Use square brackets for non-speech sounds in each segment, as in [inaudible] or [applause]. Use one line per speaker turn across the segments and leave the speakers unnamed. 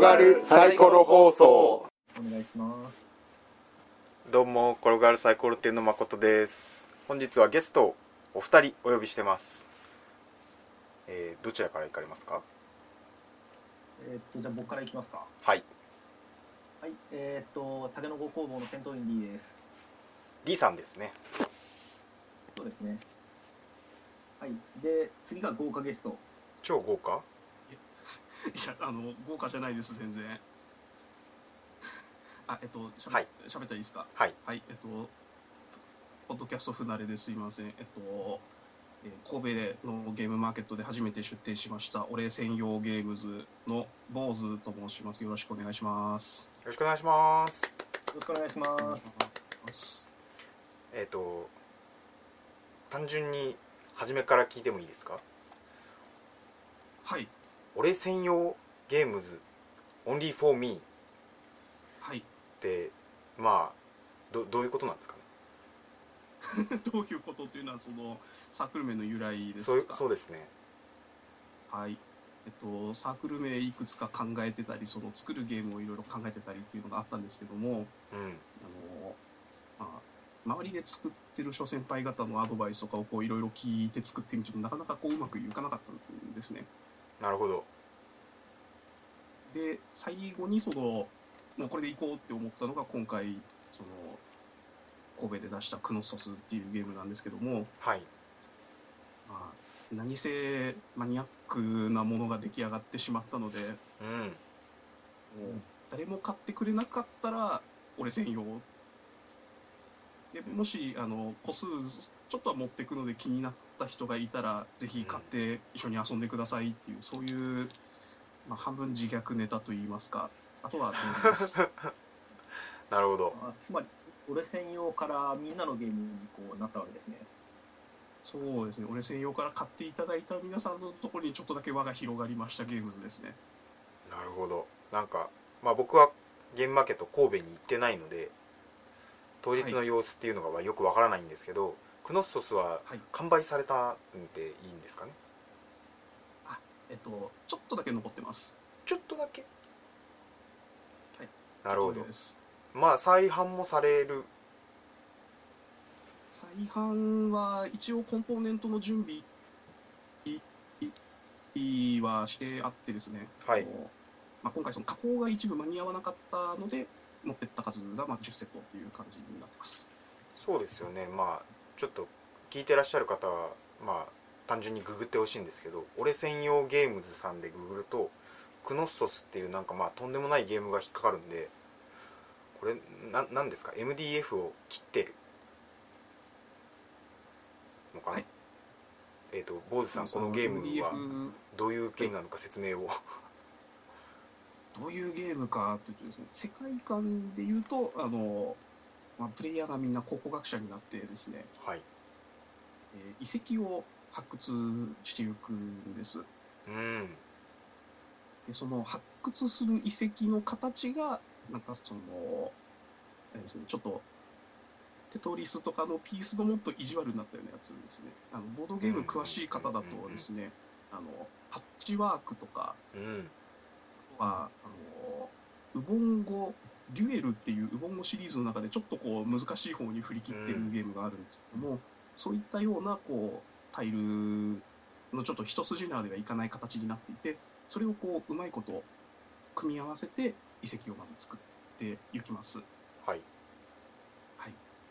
がるサイコロ放送
お願いします
どうも転がるサイコロ店の誠です本日はゲストをお二人お呼びしてます、えーどちらから行かれますか
えーっとじゃあ僕からいきますか
はい
はいえーっと竹の子工房の戦闘員 D です
D さんですね
そうですねはいで次が豪華ゲスト
超豪華
い [laughs] や、あの、豪華じゃないです、全然。 [laughs] あ、えっと、しゃべ,、
はい
しゃべったらいいですか
はい
はい、えっと、ポッドキャスト不慣れですいません。えっと、えー神戸のゲームマーケットで初めて出店しました、お礼専用ゲームズの坊主と申します。よろしくお願いします。
よろしくお願いします
よろしくお願いします
えっ、と単純に初めから聞いてもいいですか
はい、
俺専用ゲームズオンリーフォーミーっ
はい。 [laughs]
てまあどどういうことなんですかね
どういうことというのは、その、サークル名の由来です
そう
か
いうそうですね
はい。えっと、サークル名いくつか考えてたり、その作るゲームをいろいろ考えてたりっていうのがあったんですけども、
うん
あの、まあ、周りで作ってる諸先輩方のアドバイスとかをこういろいろ聞いて作ってみても、なかなかこううまくいかなかったんですね。
なるほど
で、最後にその、もうこれでいこうって思ったのが今回、その、神戸で出したクノソスっていうゲームなんですけども、
はい
まあ、何せマニアックなものが出来上がってしまったので、
うん
誰も買ってくれなかったら俺専用でもしあの個数ちょっとは持ってくので気になった人がいたらぜひ買って一緒に遊んでくださいっていうそういう、まあ、半分自虐ネタといいますかあと
[laughs]
はどうです
なるほど
あつまり俺専用からみんなのゲームにこうなったわけですね
そうですね俺専用から買っていただいた皆さんのところにちょっとだけ輪が広がりましたゲームズですね
なるほどなんか、まあ、僕はゲームマーケット神戸に行ってないので当日の様子っていうのがよくわからないんですけど、クノッソスは
はい
完売されたんでいいんですかね
えっとちょっとだけ残ってます
ちょっとだけ
はい
なるほ
ちょ
ど
っとだけです
まあ再販もされる
再販は一応コンポーネントの準備はしてあってですね、
はい
あのまあ、今回その加工が一部間に合わなかったので持ってった数がまあ10セットという感じになってます
そうですよねまあちょっと聞いてらっしゃる方はまあ単純にググってほしいんですけど俺専用ゲームズさんでググるとクノッソスっていうなんかまあとんでもないゲームが引っかかるんでこれななんですか MDF を切ってるのかな、
はい
えっ、と坊主さんこのゲームは
MDF
どういうゲームなのか説明を
どういうゲームかというとですね世界観でいうとあの、まあ、プレイヤーがみんな考古学者になってですね、
はい
えー遺跡を発掘していくんです
うん
でその発掘する遺跡の形がなんかそのあれです、ね、ちょっとテトリスとかのピースのもっと意地悪になったようなやつですねあのボードゲーム詳しい方だとですねあのパッチワークとか
うん
はあのウボンゴデュエルっていうウボンゴシリーズの中でちょっとこう難しい方に振り切ってるゲームがあるんですけども、そういったようなこうタイルのちょっと一筋縄ではいかない形になっていてそれをこううまいこと組み合わせて遺跡をまず作っていきます。
はい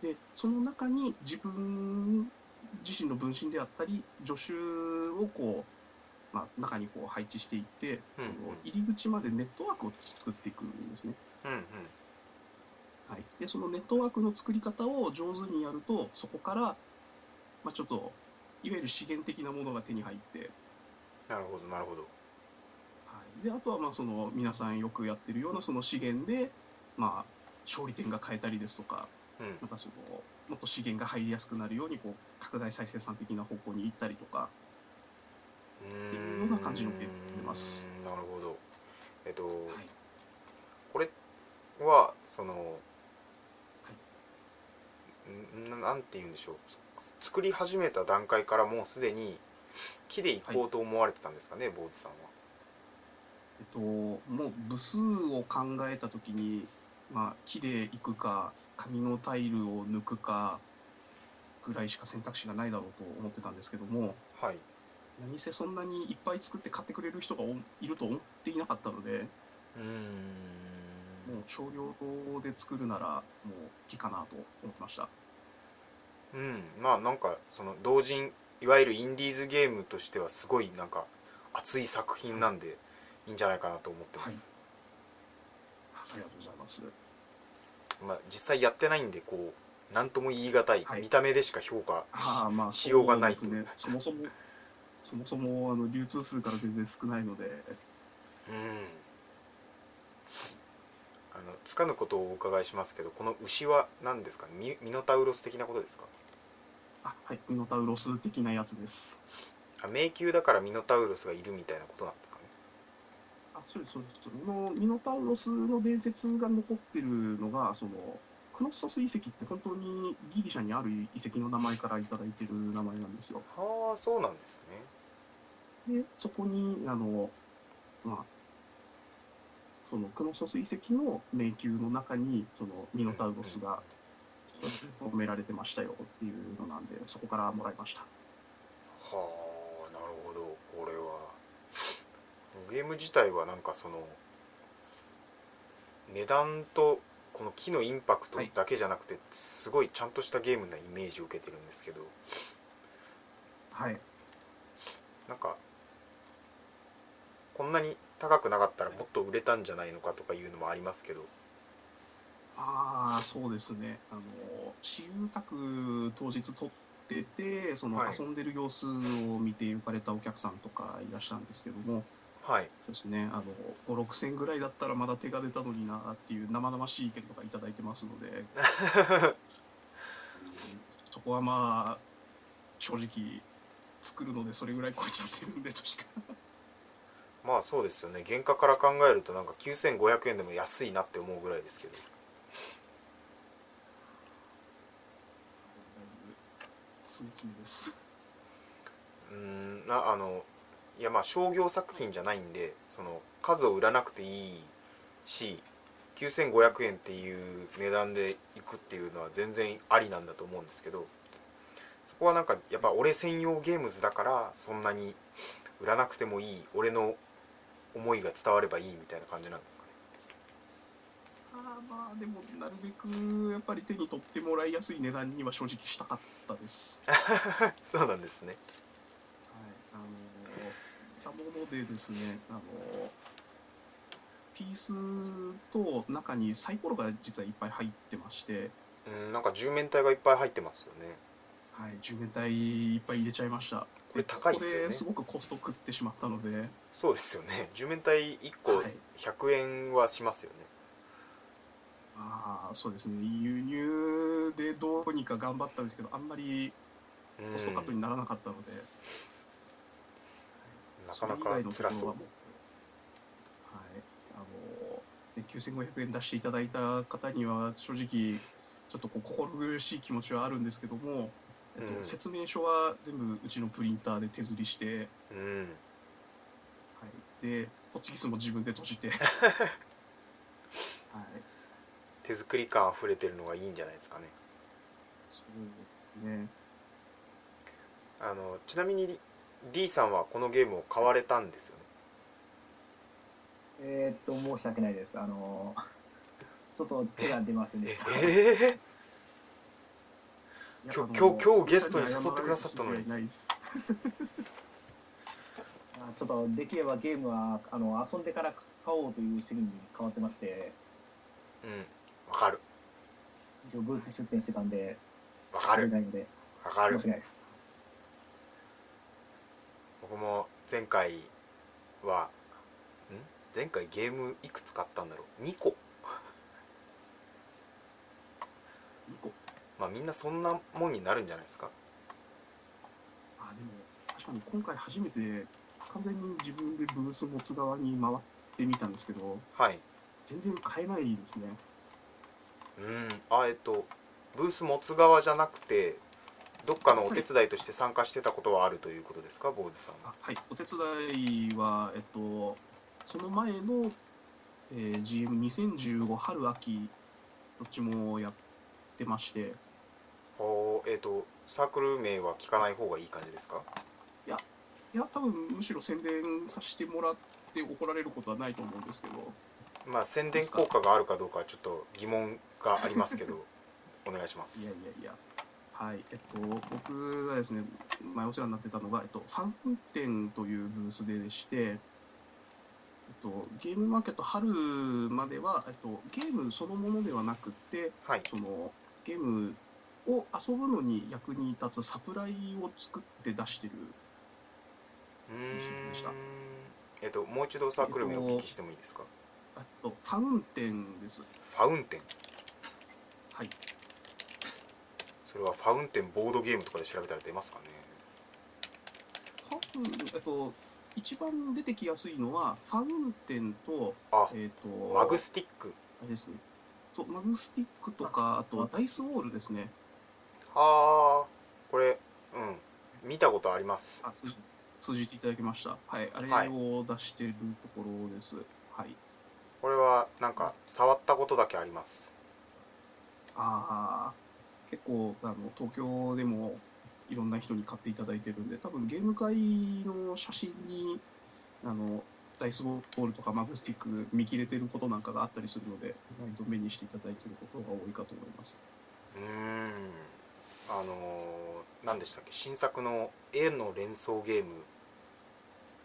でその中に自分自身の分身であったり助手をこう、まあ、中にこう配置していって、
うんうん
その入り口までネットワークを作っていくんですね、
うんうん
はい、でそのネットワークの作り方を上手にやるとそこから、まあ、ちょっといわゆる資源的なものが手に入って、
なるほどなるほど
はい、であとはまあその皆さんよくやってるようなその資源で、まあ、勝利点が変えたりですとか
うん
なんかそのもっと資源が入りやすくなるようにこう拡大再生産的な方向に行ったりとかっていうような感じのゲームになってます
うーんなるほどえっと、
はい
これはその、
は
んななんて言うんでしょうつ作り始めた段階からもうすでに木で行こうと思われてたんですかね、坊主さんは
えっと、もう部数を考えた時に、まあ、木で行くか紙のタイルを抜くかぐらいしか選択肢がないだろうと思ってたんですけども
はい
何せそんなにいっぱい作って買ってくれる人がおいると思っていなかったので
うー
もうん少量で作るならもう木かなと思ってました。
うんまあなんかその同人いわゆるインディーズゲームとしてはすごいなんか熱い作品なんでいいんじゃないかなと思ってます、
ありがとうございます。
まあ実際やってないんでこう何とも言い難い、
はい
見た目でしか評価
ああまあ
しようがない
そうですね。そもそも、そもそもあの流通数から全然少ないので、
うんあのつかぬことをお伺いしますけどこの牛は何ですかミミノタウロス的なことですか
あはい、ミノタウロス的なやつです。
あ迷宮だからミノタウロスがいるみたいなことなんですかね
あ、そうです、そうです。そのミノタウロスの伝説が残ってるのが、その、クノッソス遺跡って本当にギリシャにある遺跡の名前からいただいてる名前なんですよ。
ああそうなんですね
で、そこに、あの、まあ、そのクノッソス遺跡の迷宮の中に、そのミノタウロスが褒められてましたよっていうのなんで、そこからもらいました。
はあなるほどこれはゲーム自体はなんかその値段とこの木のインパクトだけじゃなくて、すごいちゃんとしたゲームなイメージを受けてるんですけど
はい。
なんかこんなに高くなかったらもっと売れたんじゃないのかとかいうのもありますけど
ああ、そうですね。あの、私有宅当日撮ってて、その
はい
遊んでる様子を見て行かれたお客さんとかいらっしゃるんですけども、
はい
そうですね、あの、5、6千ぐらいだったらまだ手が出たのになっていう生々しい意見とかいただいてます
[laughs]
ので、うんそこはまあ、正直、作るのでそれぐらい超えちゃってるんで、確か。
まあそうですよね原価から考えるとなんか9500円でも安いなって思うぐらいですけど
つみつみです。
うーんなあのいやまあ商業作品じゃないんでその数を売らなくていいし9500円っていう値段でいくっていうのは全然ありなんだと思うんですけどそこはなんかやっぱ俺専用ゲームズだからそんなに売らなくてもいい俺の思いが伝わればいいみたいな感じなんですかね [laughs]
あーまあでもなるべくやっぱり手に取ってもらいやすい値段には正直したかったです。はい、
そうなんですね
あのー、たものでですね、あのー、ピースと中にサイコロが実はいっぱい入ってまして、
うんなんか10面体がいっぱい入ってますよね
はい、10面体いっぱい入れちゃいました。
これ高いですよね
ここですごくコスト食ってしまったので、
そうですよね10面体1個
はい
100円はしますよね、
ああそうですね、輸入でどうにか頑張ったんですけど、あんまり
うん
コストカットにならなかったので、
なかなか辛そう
はい、あので9500円出していただいた方には正直ちょっとこう心苦しい気持ちはあるんですけども、えっと
うん
説明書は全部うちのプリンターで手刷りして、は
う
い、
ん
でホッチキスも自分で閉
[laughs]
じて、はい、
手作り感あふれてるのがいいんじゃないですかね
そうですね
あのちなみに D さんはこのゲームを買われたんですよね
えーっと、申し訳ないです。あのー、 [laughs] ちょっと手が出ませんでした。
え
い
今
や
日
あの
今日今日ゲストに誘ってくださったのに
謝られる
あちょっと、できればゲームは、あの、遊んでから買おうという主義に変わってまして、
えうんわかる
一応ブース出店してたんで、
わか
買え
る
ないので、
わか
申
る
し訳ないです。
僕も前回はん前回ゲームいくつ買ったんだろう2個
二個
まあみんなそんなもんになるんじゃないですか
あでも確かに今回初めて完全に自分でブース持つ側に回ってみたんですけど
はい
全然買えないですね
うんあえっとブース持つ側じゃなくてどっかのお手伝いとして参加してたことはあるということですか坊主さんは
あはいお手伝いはえっとその前の、えー GM2015 春秋どっちもやってまして
ほうえっ、とサークル名は聞かない方がいい感じですか
いや多分むしろ宣伝させてもらって怒られることはないと思うんですけど
まあ宣伝効果があるかどうかはちょっと疑問があります
[laughs]
けどお願いしま
いやい
す
やいやはいえっと僕がですね前お世話になってたのが、えっと、ファン店というブースでして、えっと、ゲームマーケット春までは、えっと、ゲームそのものではなくて
はい
そのゲームを遊ぶのに役に立つサプライを作って出してる
うーん
でした
えっ、ともう一度サークル名をお聞きしてもいいですか、
えっとファウンテンです
ファウンテン
はい
それはファウンテンボードゲームとかで調べたら出ますかね
多分えっと一番出てきやすいのはファウンテンと
あ
えっと
マグスティック
あれですねそうマグスティックとかあとダイスウォールですね
ああこれうん見たことあります
あ通じ通じていただきましたはいあ
は
れ
い
を出してるところですはい
これはなんか触ったことだけあります
ああ、結構あの東京でもいろんな人に買っていただいてるんで、多分ゲーム会の写真にあのダイスボールとかマグスティック見切れてることなんかがあったりするので、意外と目にしていただいてることが多いかと思います。
うーんあのー、何でしたっけ新作の絵の連想ゲーム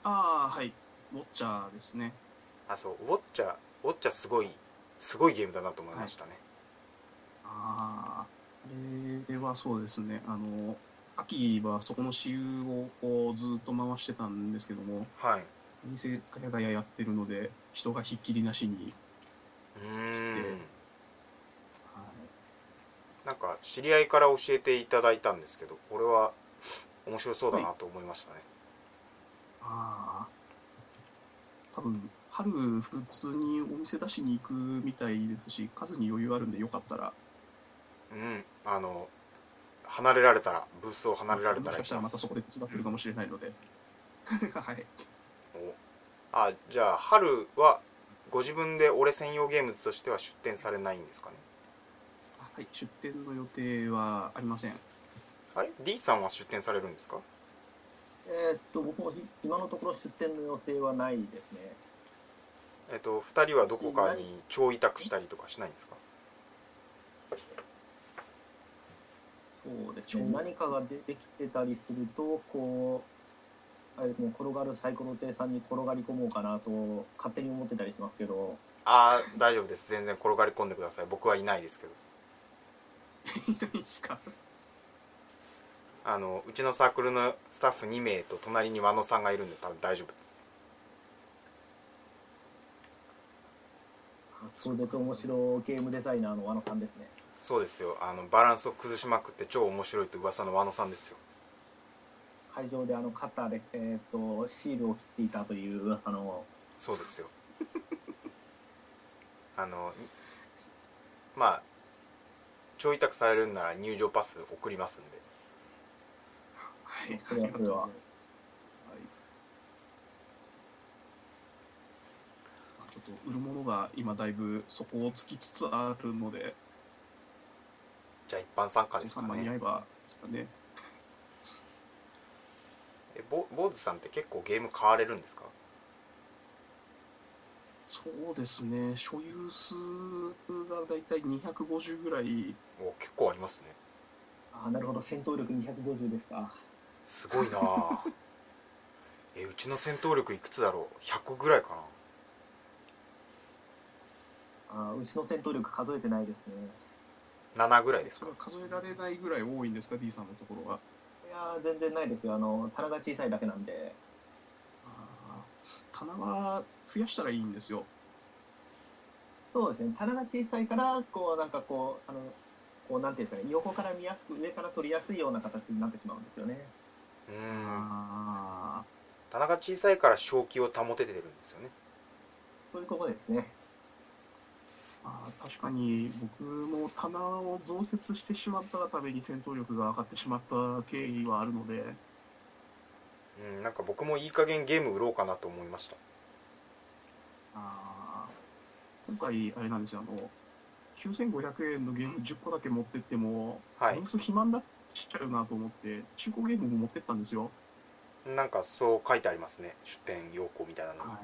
ああ、はい、ウォッチャーですね。
あそうウォッチャーウォッチャーすごいすごいゲームだなと思いましたね、
ああ、あれはそうですね。あの秋はそこの私有をこうずっと回してたんですけども、
はい、
お店ガヤガヤやってるので、人がひっきりなしに。
うーん
はい
なんか知り合いから教えていただいたんですけどこれは面白そうだなと思いましたね、
ああ。多分、春、普通にお店出しに行くみたいですし、数に余裕あるんで、よかったら、
うんあの離れられたらブースを離れられた
も
ら
し
行
か
き
したら
ま
また
す
そこで手伝ってるかもしれないので。 [laughs] はい。
おあじゃあ春はご自分で俺専用ゲームズとしては出展されないんですかね
あはい、出店の予定はありません。 [laughs]
あれ D さんは出展されるんですか
えーっと、僕もひ今のところ出店の予定はないですね。
えっと2人はどこかに超委託したりとかしないんですか
そうですね。何かが出てきてたりすると、こう、あれですね、転がるサイコロ亭さんに転がり込もうかなと、勝手に思ってたりしますけど、
ああ大丈夫です全然転がり込んでください僕はいないですけど
いいですか
あのうちのサークルのスタッフ2名と隣に和野さんがいるんで多分大丈夫です
超絶面白ゲームデザイナーの和野さんですね。
そうですよあのバランスを崩しまくって超面白いと噂の和野さんですよ
会場であのカッターで、えーっと、シールを切っていたという噂の、
そうです [laughs] よあのまあ超委託されるんなら入場パス送りますんで
はい、
それはそれは
ありがとうございますはいまあちょっと売るものが今だいぶ底をつきつつあるので、
じゃあ一般参加
お
で
父
すか
さん間に合
ね
えばですかね。
えぼ坊主さんって結構ゲーム買われるんですか
そうですね、所有数がだいたい250ぐらい、
お結構ありますね
あーなるほど、戦闘力250ですか。
すごいな [laughs] あえうちの戦闘力いくつだろう100ぐらいかな
あーうちの戦闘力数えてないですね。
7ぐらいです
そ
か
れは数えられないぐらい多いんですか、D さんのところは。
いやー、全然ないですよ。あの、棚が小さいだけなんで。
あー棚は増やしたらいいんですよ。
そうですね、棚が小さいから、こう、なんかこう、あの、こう、なんていうんですかね、横から見やすく、上から取りやすいような形になってしまうんですよね。
うーん
あ
棚が小さいから正気を保ててるんですよね
そういうことですね。
ーあー、確かに僕も棚を増設してしまったがために戦闘力が上がってしまった経緯はあるので、
うんなんか僕もいい加減ゲーム売ろうかなと思いました
あー今回、あれなんですよ、あの、9500円のゲーム10個だけ持ってっても、
はい
ブース肥満だっちゃうなと思って、中古ゲームも持ってったんですよ。
なんかそう書いてありますね出店要項みたいなのに
は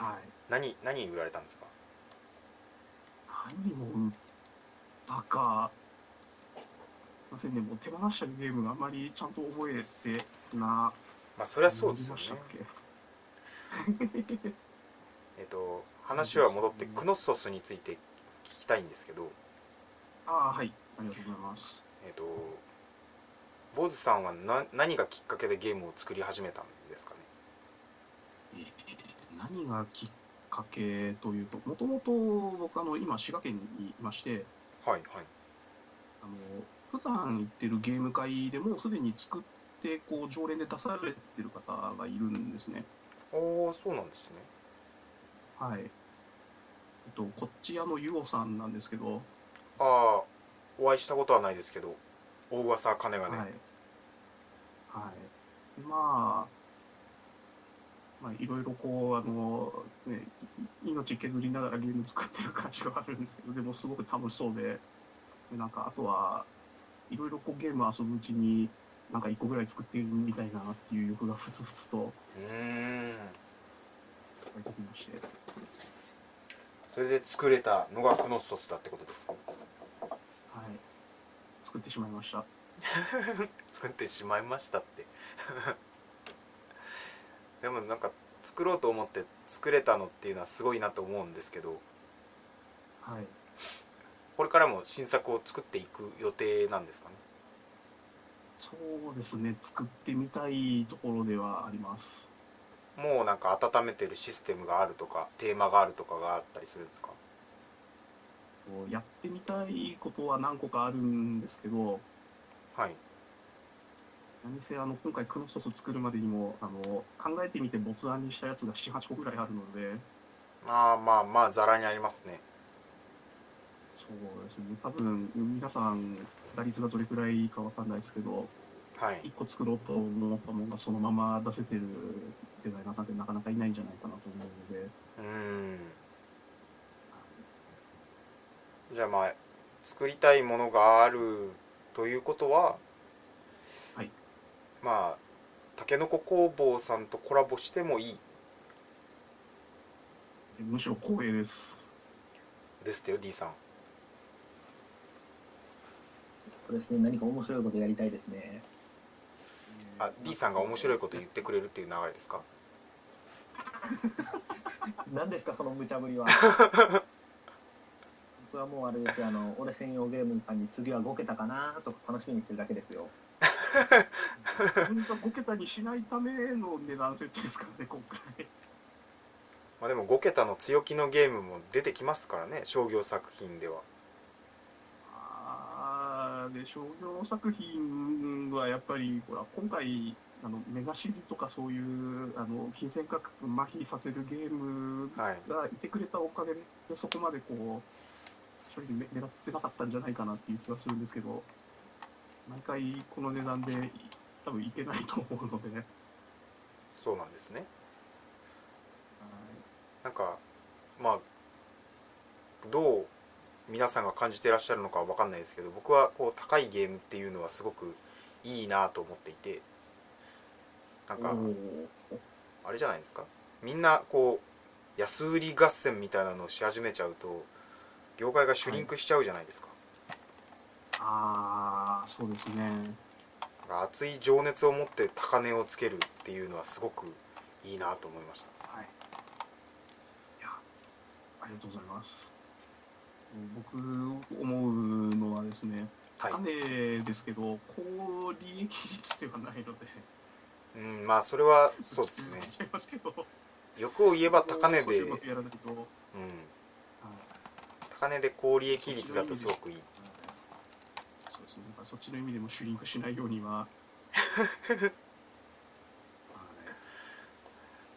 い。はい。
何何売られたんですか
何を売ったか、すいませんね、もう手放したゲームがあまりちゃんと覚えてな、
まあそりゃそうですよ
何
ね
したっけ
えっと話は戻ってクノッソスについて聞きたいんですけど
ああ、はい。ありがとうございます。
えっと坊主さんはな何がきっかけでゲームを作り始めたんですかね
えー何がきっかけというと、もともと僕あの、今、滋賀県にいまして、
はいはい
あの普段行ってるゲーム会でもうすでに作ってこう常連で出されてる方がいるんですね。
おおそうなんですね
はい。えっと、こっちあのゆおさんなんですけど、
ああお会いしたことはないですけど大噂は金がね、
はい。はい。まあ、まあ、いろいろこう、あの、ね、い命削りながらゲーム作ってる感じはあるんですけど、でもすごく楽しそうで、でなんか、あとは、いろいろこうゲーム遊ぶうちに、なんか一個ぐらい作ってみたいなっていう欲がふつふつと
うーん
湧いてきまして。
それで作れたのがクノッソスだってことです
はい。作ってしまいました。
作ってしまいましたって [laughs] でもなんか作ろうと思って作れたのっていうのはすごいなと思うんですけど
はい。
これからも新作を作っていく予定なんですかね
そうですね。作ってみたいところではあります。
もうなんか温めてるシステムがあるとかテーマがあるとかがあったりするんですか
こうやってみたいことは何個かあるんですけど、
はい
何せあの今回クロスソース作るまでにもあの考えてみて没案にしたやつが7、8個ぐらいあるので、
まあまあまあざらにありますね
そうですね、多分皆さん、打率がどれくらいかわかんないですけど、
はい
1個作ろうと思ったものがそのまま出せてるデザイナーさんってなかなかいないんじゃないかなと思うので、
うーんじゃあまあ作りたいものがあるということは、
はい
まあたけのこ工房さんとコラボしてもいい
むしろ光栄です。
ですってよ D さん
そうですね、何か面白いことやりたいですね。
あ D さんが面白いこと言ってくれるっていう流れですか
何ですかその無茶ぶりは [laughs] 僕はもうあれですよあの俺専用ゲームさんに次は5桁かなとか楽しみにしてるだけですよ
自分が5桁にしないための値段設定ですからね、今回。
まあでも5桁の強気のゲームも出てきますからね商業作品では
あーで商業作品はやっぱりほら今回あのメガシリとかそういうあの金銭価格麻痺させるゲーム
はい
がいてくれたおかげでそこまでこう正直目目立ってなかったんじゃないかなっていう気がするんですけど毎回この値段でい多分いけないと思うので、はい、
そうなんですねなんかまあどう皆さんが感じてらっしゃるのかは分かんないですけど僕はこう高いゲームっていうのはすごくいいなと思っていてなんか
おー
あれじゃないですかみんなこう安売り合戦みたいなのをし始めちゃうと業界がシュリンクしちゃうじゃないですか,、
ああそうですね
なんか熱い情熱を持って高値をつけるっていうのはすごくいいなと思いました
はい。いや、ありがとうございます。僕思うのはですね、
はい
高値ですけど、高利益率ではないので、
うんまあそれはそうですね
言っちゃいますけど、
欲を言えば高値
そこを
で、う
う
ん、
まくやらないと、はい
高値で高利益率だとすごくいい
そうですね、なんかそっちの意味でもシュリンクしないよう
[laughs]
には。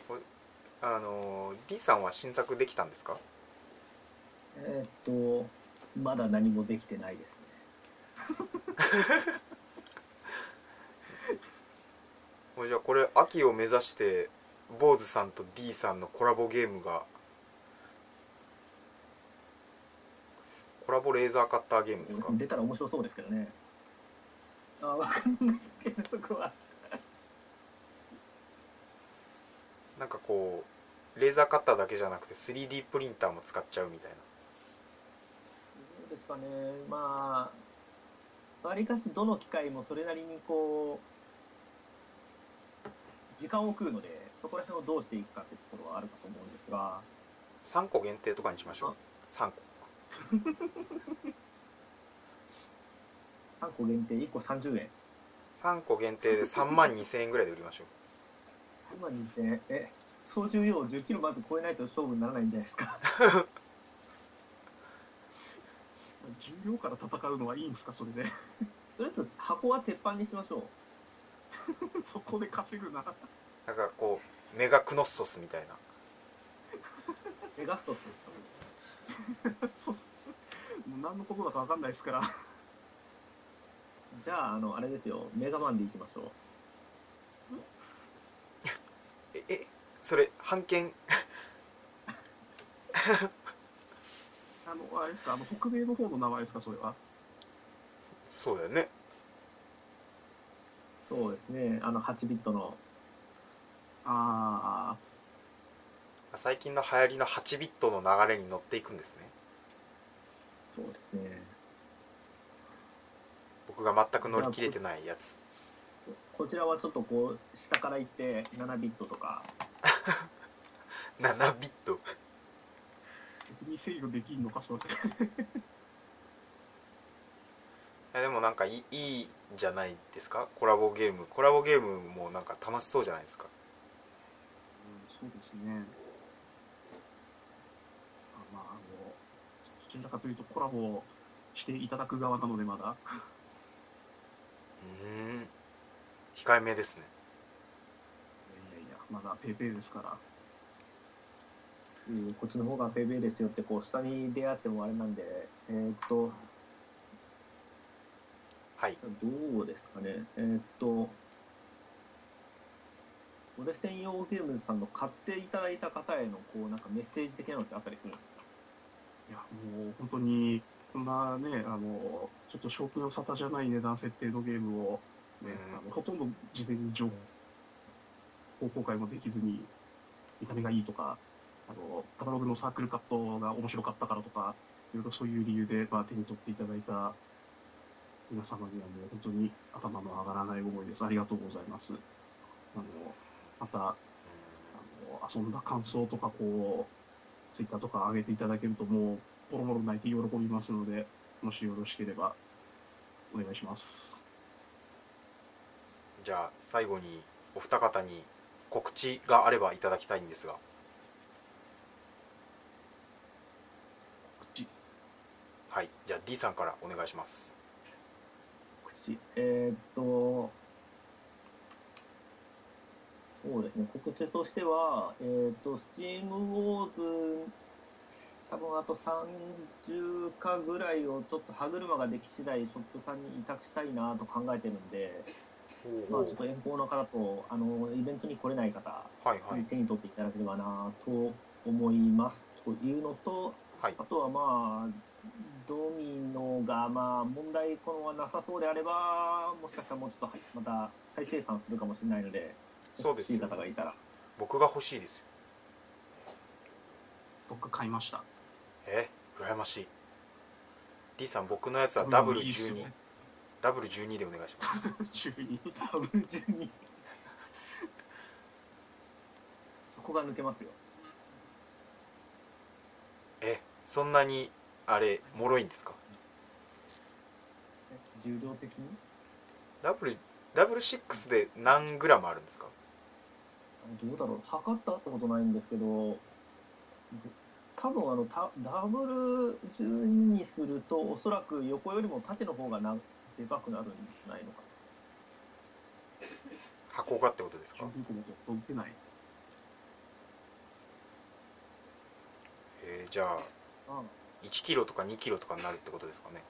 はい
あの D さんは新作できたんですか
えーっとまだ何もできてないですね
これじゃあこれ秋を目指して坊主さんと D さんのコラボゲームがコラボレーザーカッターゲームですか
出たら面白そうですけどねあわかんないけどそこは
なんかこうレーザーカッターだけじゃなくて 3D プリンターも使っちゃうみたいな
どうですかねまあわりかしどの機械もそれなりにこう時間を食うのでそこら辺をどうしていくかってところはあるかと思うんですが
3個限定とかにしましょう3個
3個限定1個30円
3個限定で3万2000円ぐらいで売りましょう
今2000円え総重量を1 0キロまず超えないと勝負にならないんじゃないですか
[laughs] 重量から戦うのはいいんですかそれで
とりあえず箱は鉄板にしましょう
[laughs] そこで稼ぐな
なんかこうメガクノッソスみたいな
メガストス
[laughs] もう何のことだか分かんないですから
じゃああのあれですよメガマンでいきましょう
ええそれ半券
あのあれですかあの北米の方の名前ですかそれは
そうだよね
そうですねあの8ビットの
ああ
最近の流行りの8ビットの流れに乗っていくんですね
そうですね
僕が全く乗り切れてないやつ
こちらはちょっとこう下から行って7ビットとか
7ビット
逆に制御できんのかそれ
いやでもなんかいいいいじゃないですかコラボゲームコラボゲームもなんか楽しそうじゃないですか
そうですね。あまあ、あの、どちらかというとコラボをしていただく側なので、まだ。
うーん控えめですね
いやいやいや、まだペーペーですから。
うんこっちの方がフェイベイですよってこう下に出会ってもあれなんでえーっと
はい
どうですかねえーっとオレ専用ゲームズさんの買っていただいた方へのこうなんかメッセージ的なのってあったりするんですか
いや、もう本当に、こんなね、あの、ちょっと賞金を沙汰じゃない値段設定のゲームを、
うん
ねあのほとんど事前に情報公開もできずに、見た目がいいとか、あの、カタログのサークルカットが面白かったからとか、いろいろそういう理由で、まあ、手に取っていただいた皆様にはもう本当に頭の上がらない思いです。ありがとうございます。あの、また、あの遊んだ感想とかこうツイッターとか上げていただけるともうボロボロ泣いて喜びますのでもしよろしければお願いします
じゃあ最後にお二方に告知があればいただきたいんですが
知
はいじゃあ D さんからお願いします
口えーっとそうですね告知としてはえーっと SteamWars 多分あと30かぐらいをちょっと歯車ができ次第ショップさんに委託したいなと考えてるんで、まあ、ちょっと遠方の方とあのイベントに来れない方
はいはい
手に取っていただければなと思いますというのと、
はい
あとはまあドミノがまあ問題このはなさそうであればもしかしたらもうちょっとまた再生産するかもしれないので
そうです
欲しい
よ
方がいたら
僕が欲しいですよ
僕買いました [laughs]
え羨ましい D さん僕のやつは
うん
ダブル
いいっす
12
ね
ダブル12でお願いします
12
ダブル順
[laughs]
にそこが抜けますよ
えそんなにあれ脆いんですか
重量的に
ダブルダブル6で何グラムあるんですか
どうだろう測ったってことないんですけど多分あのたダブル12にするとおそらく横よりも縦の方がなでかくなるんじゃないのか
箱がってことですか
12個もと打てない
えーじゃあ
な
1キロとか2キロとかになるってことですかね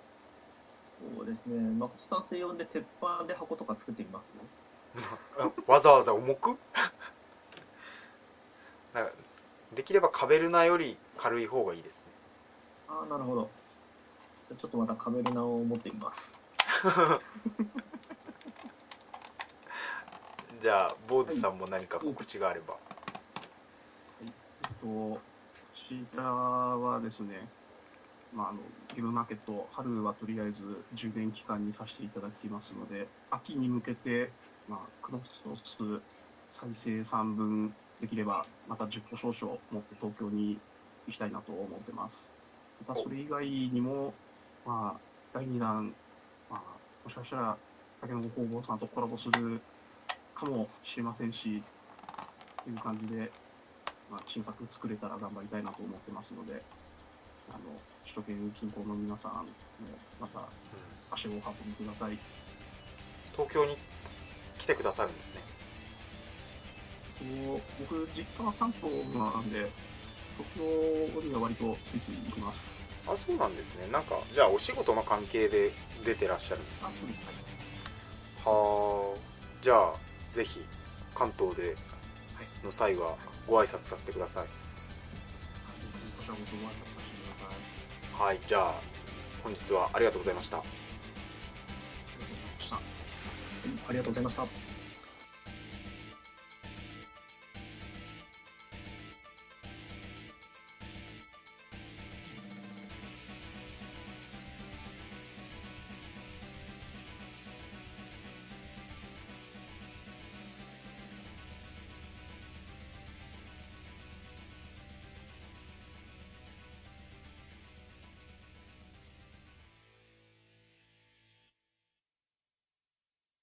そうですね誠さん専用で鉄板で箱とか作ってみます
[laughs] あわざわざ重くきればカベルナより軽い方がいいですね
ああなるほどじゃあちょっとまたカメルナを持ってみます
じゃあ坊主さんも何か告知があれば、
えっと、こちらはですね、まあ、あの、ゲームマーケット、春はとりあえず充電期間にさせていただきますので、秋に向けて、まあ、クロスソース再生3分できれば、また10個少々持って東京に行きたいなと思ってます。またそれ以外にも、まあ、第2弾、まあ、もしかしたら、竹の子工房さんとコラボするかもしれませんし、という感じで、まあ、新作作れたら頑張りたいなと思ってますので、あの、首都圏近郊の皆さんも、また足をお運びください。
東京に来てくださるんですね
その僕、実家は関東なんで、東京には割とついつい行きます。
あそうなんですねなんかじゃあお仕事の関係で出てらっしゃるんですね
あ、そうです。はい
はあじゃあぜひ関東での際はご挨拶させてください
こちらこそご挨拶させてください。あ
はいじゃあ本日はありがとうございました
りがとうございました。
ありがとうございました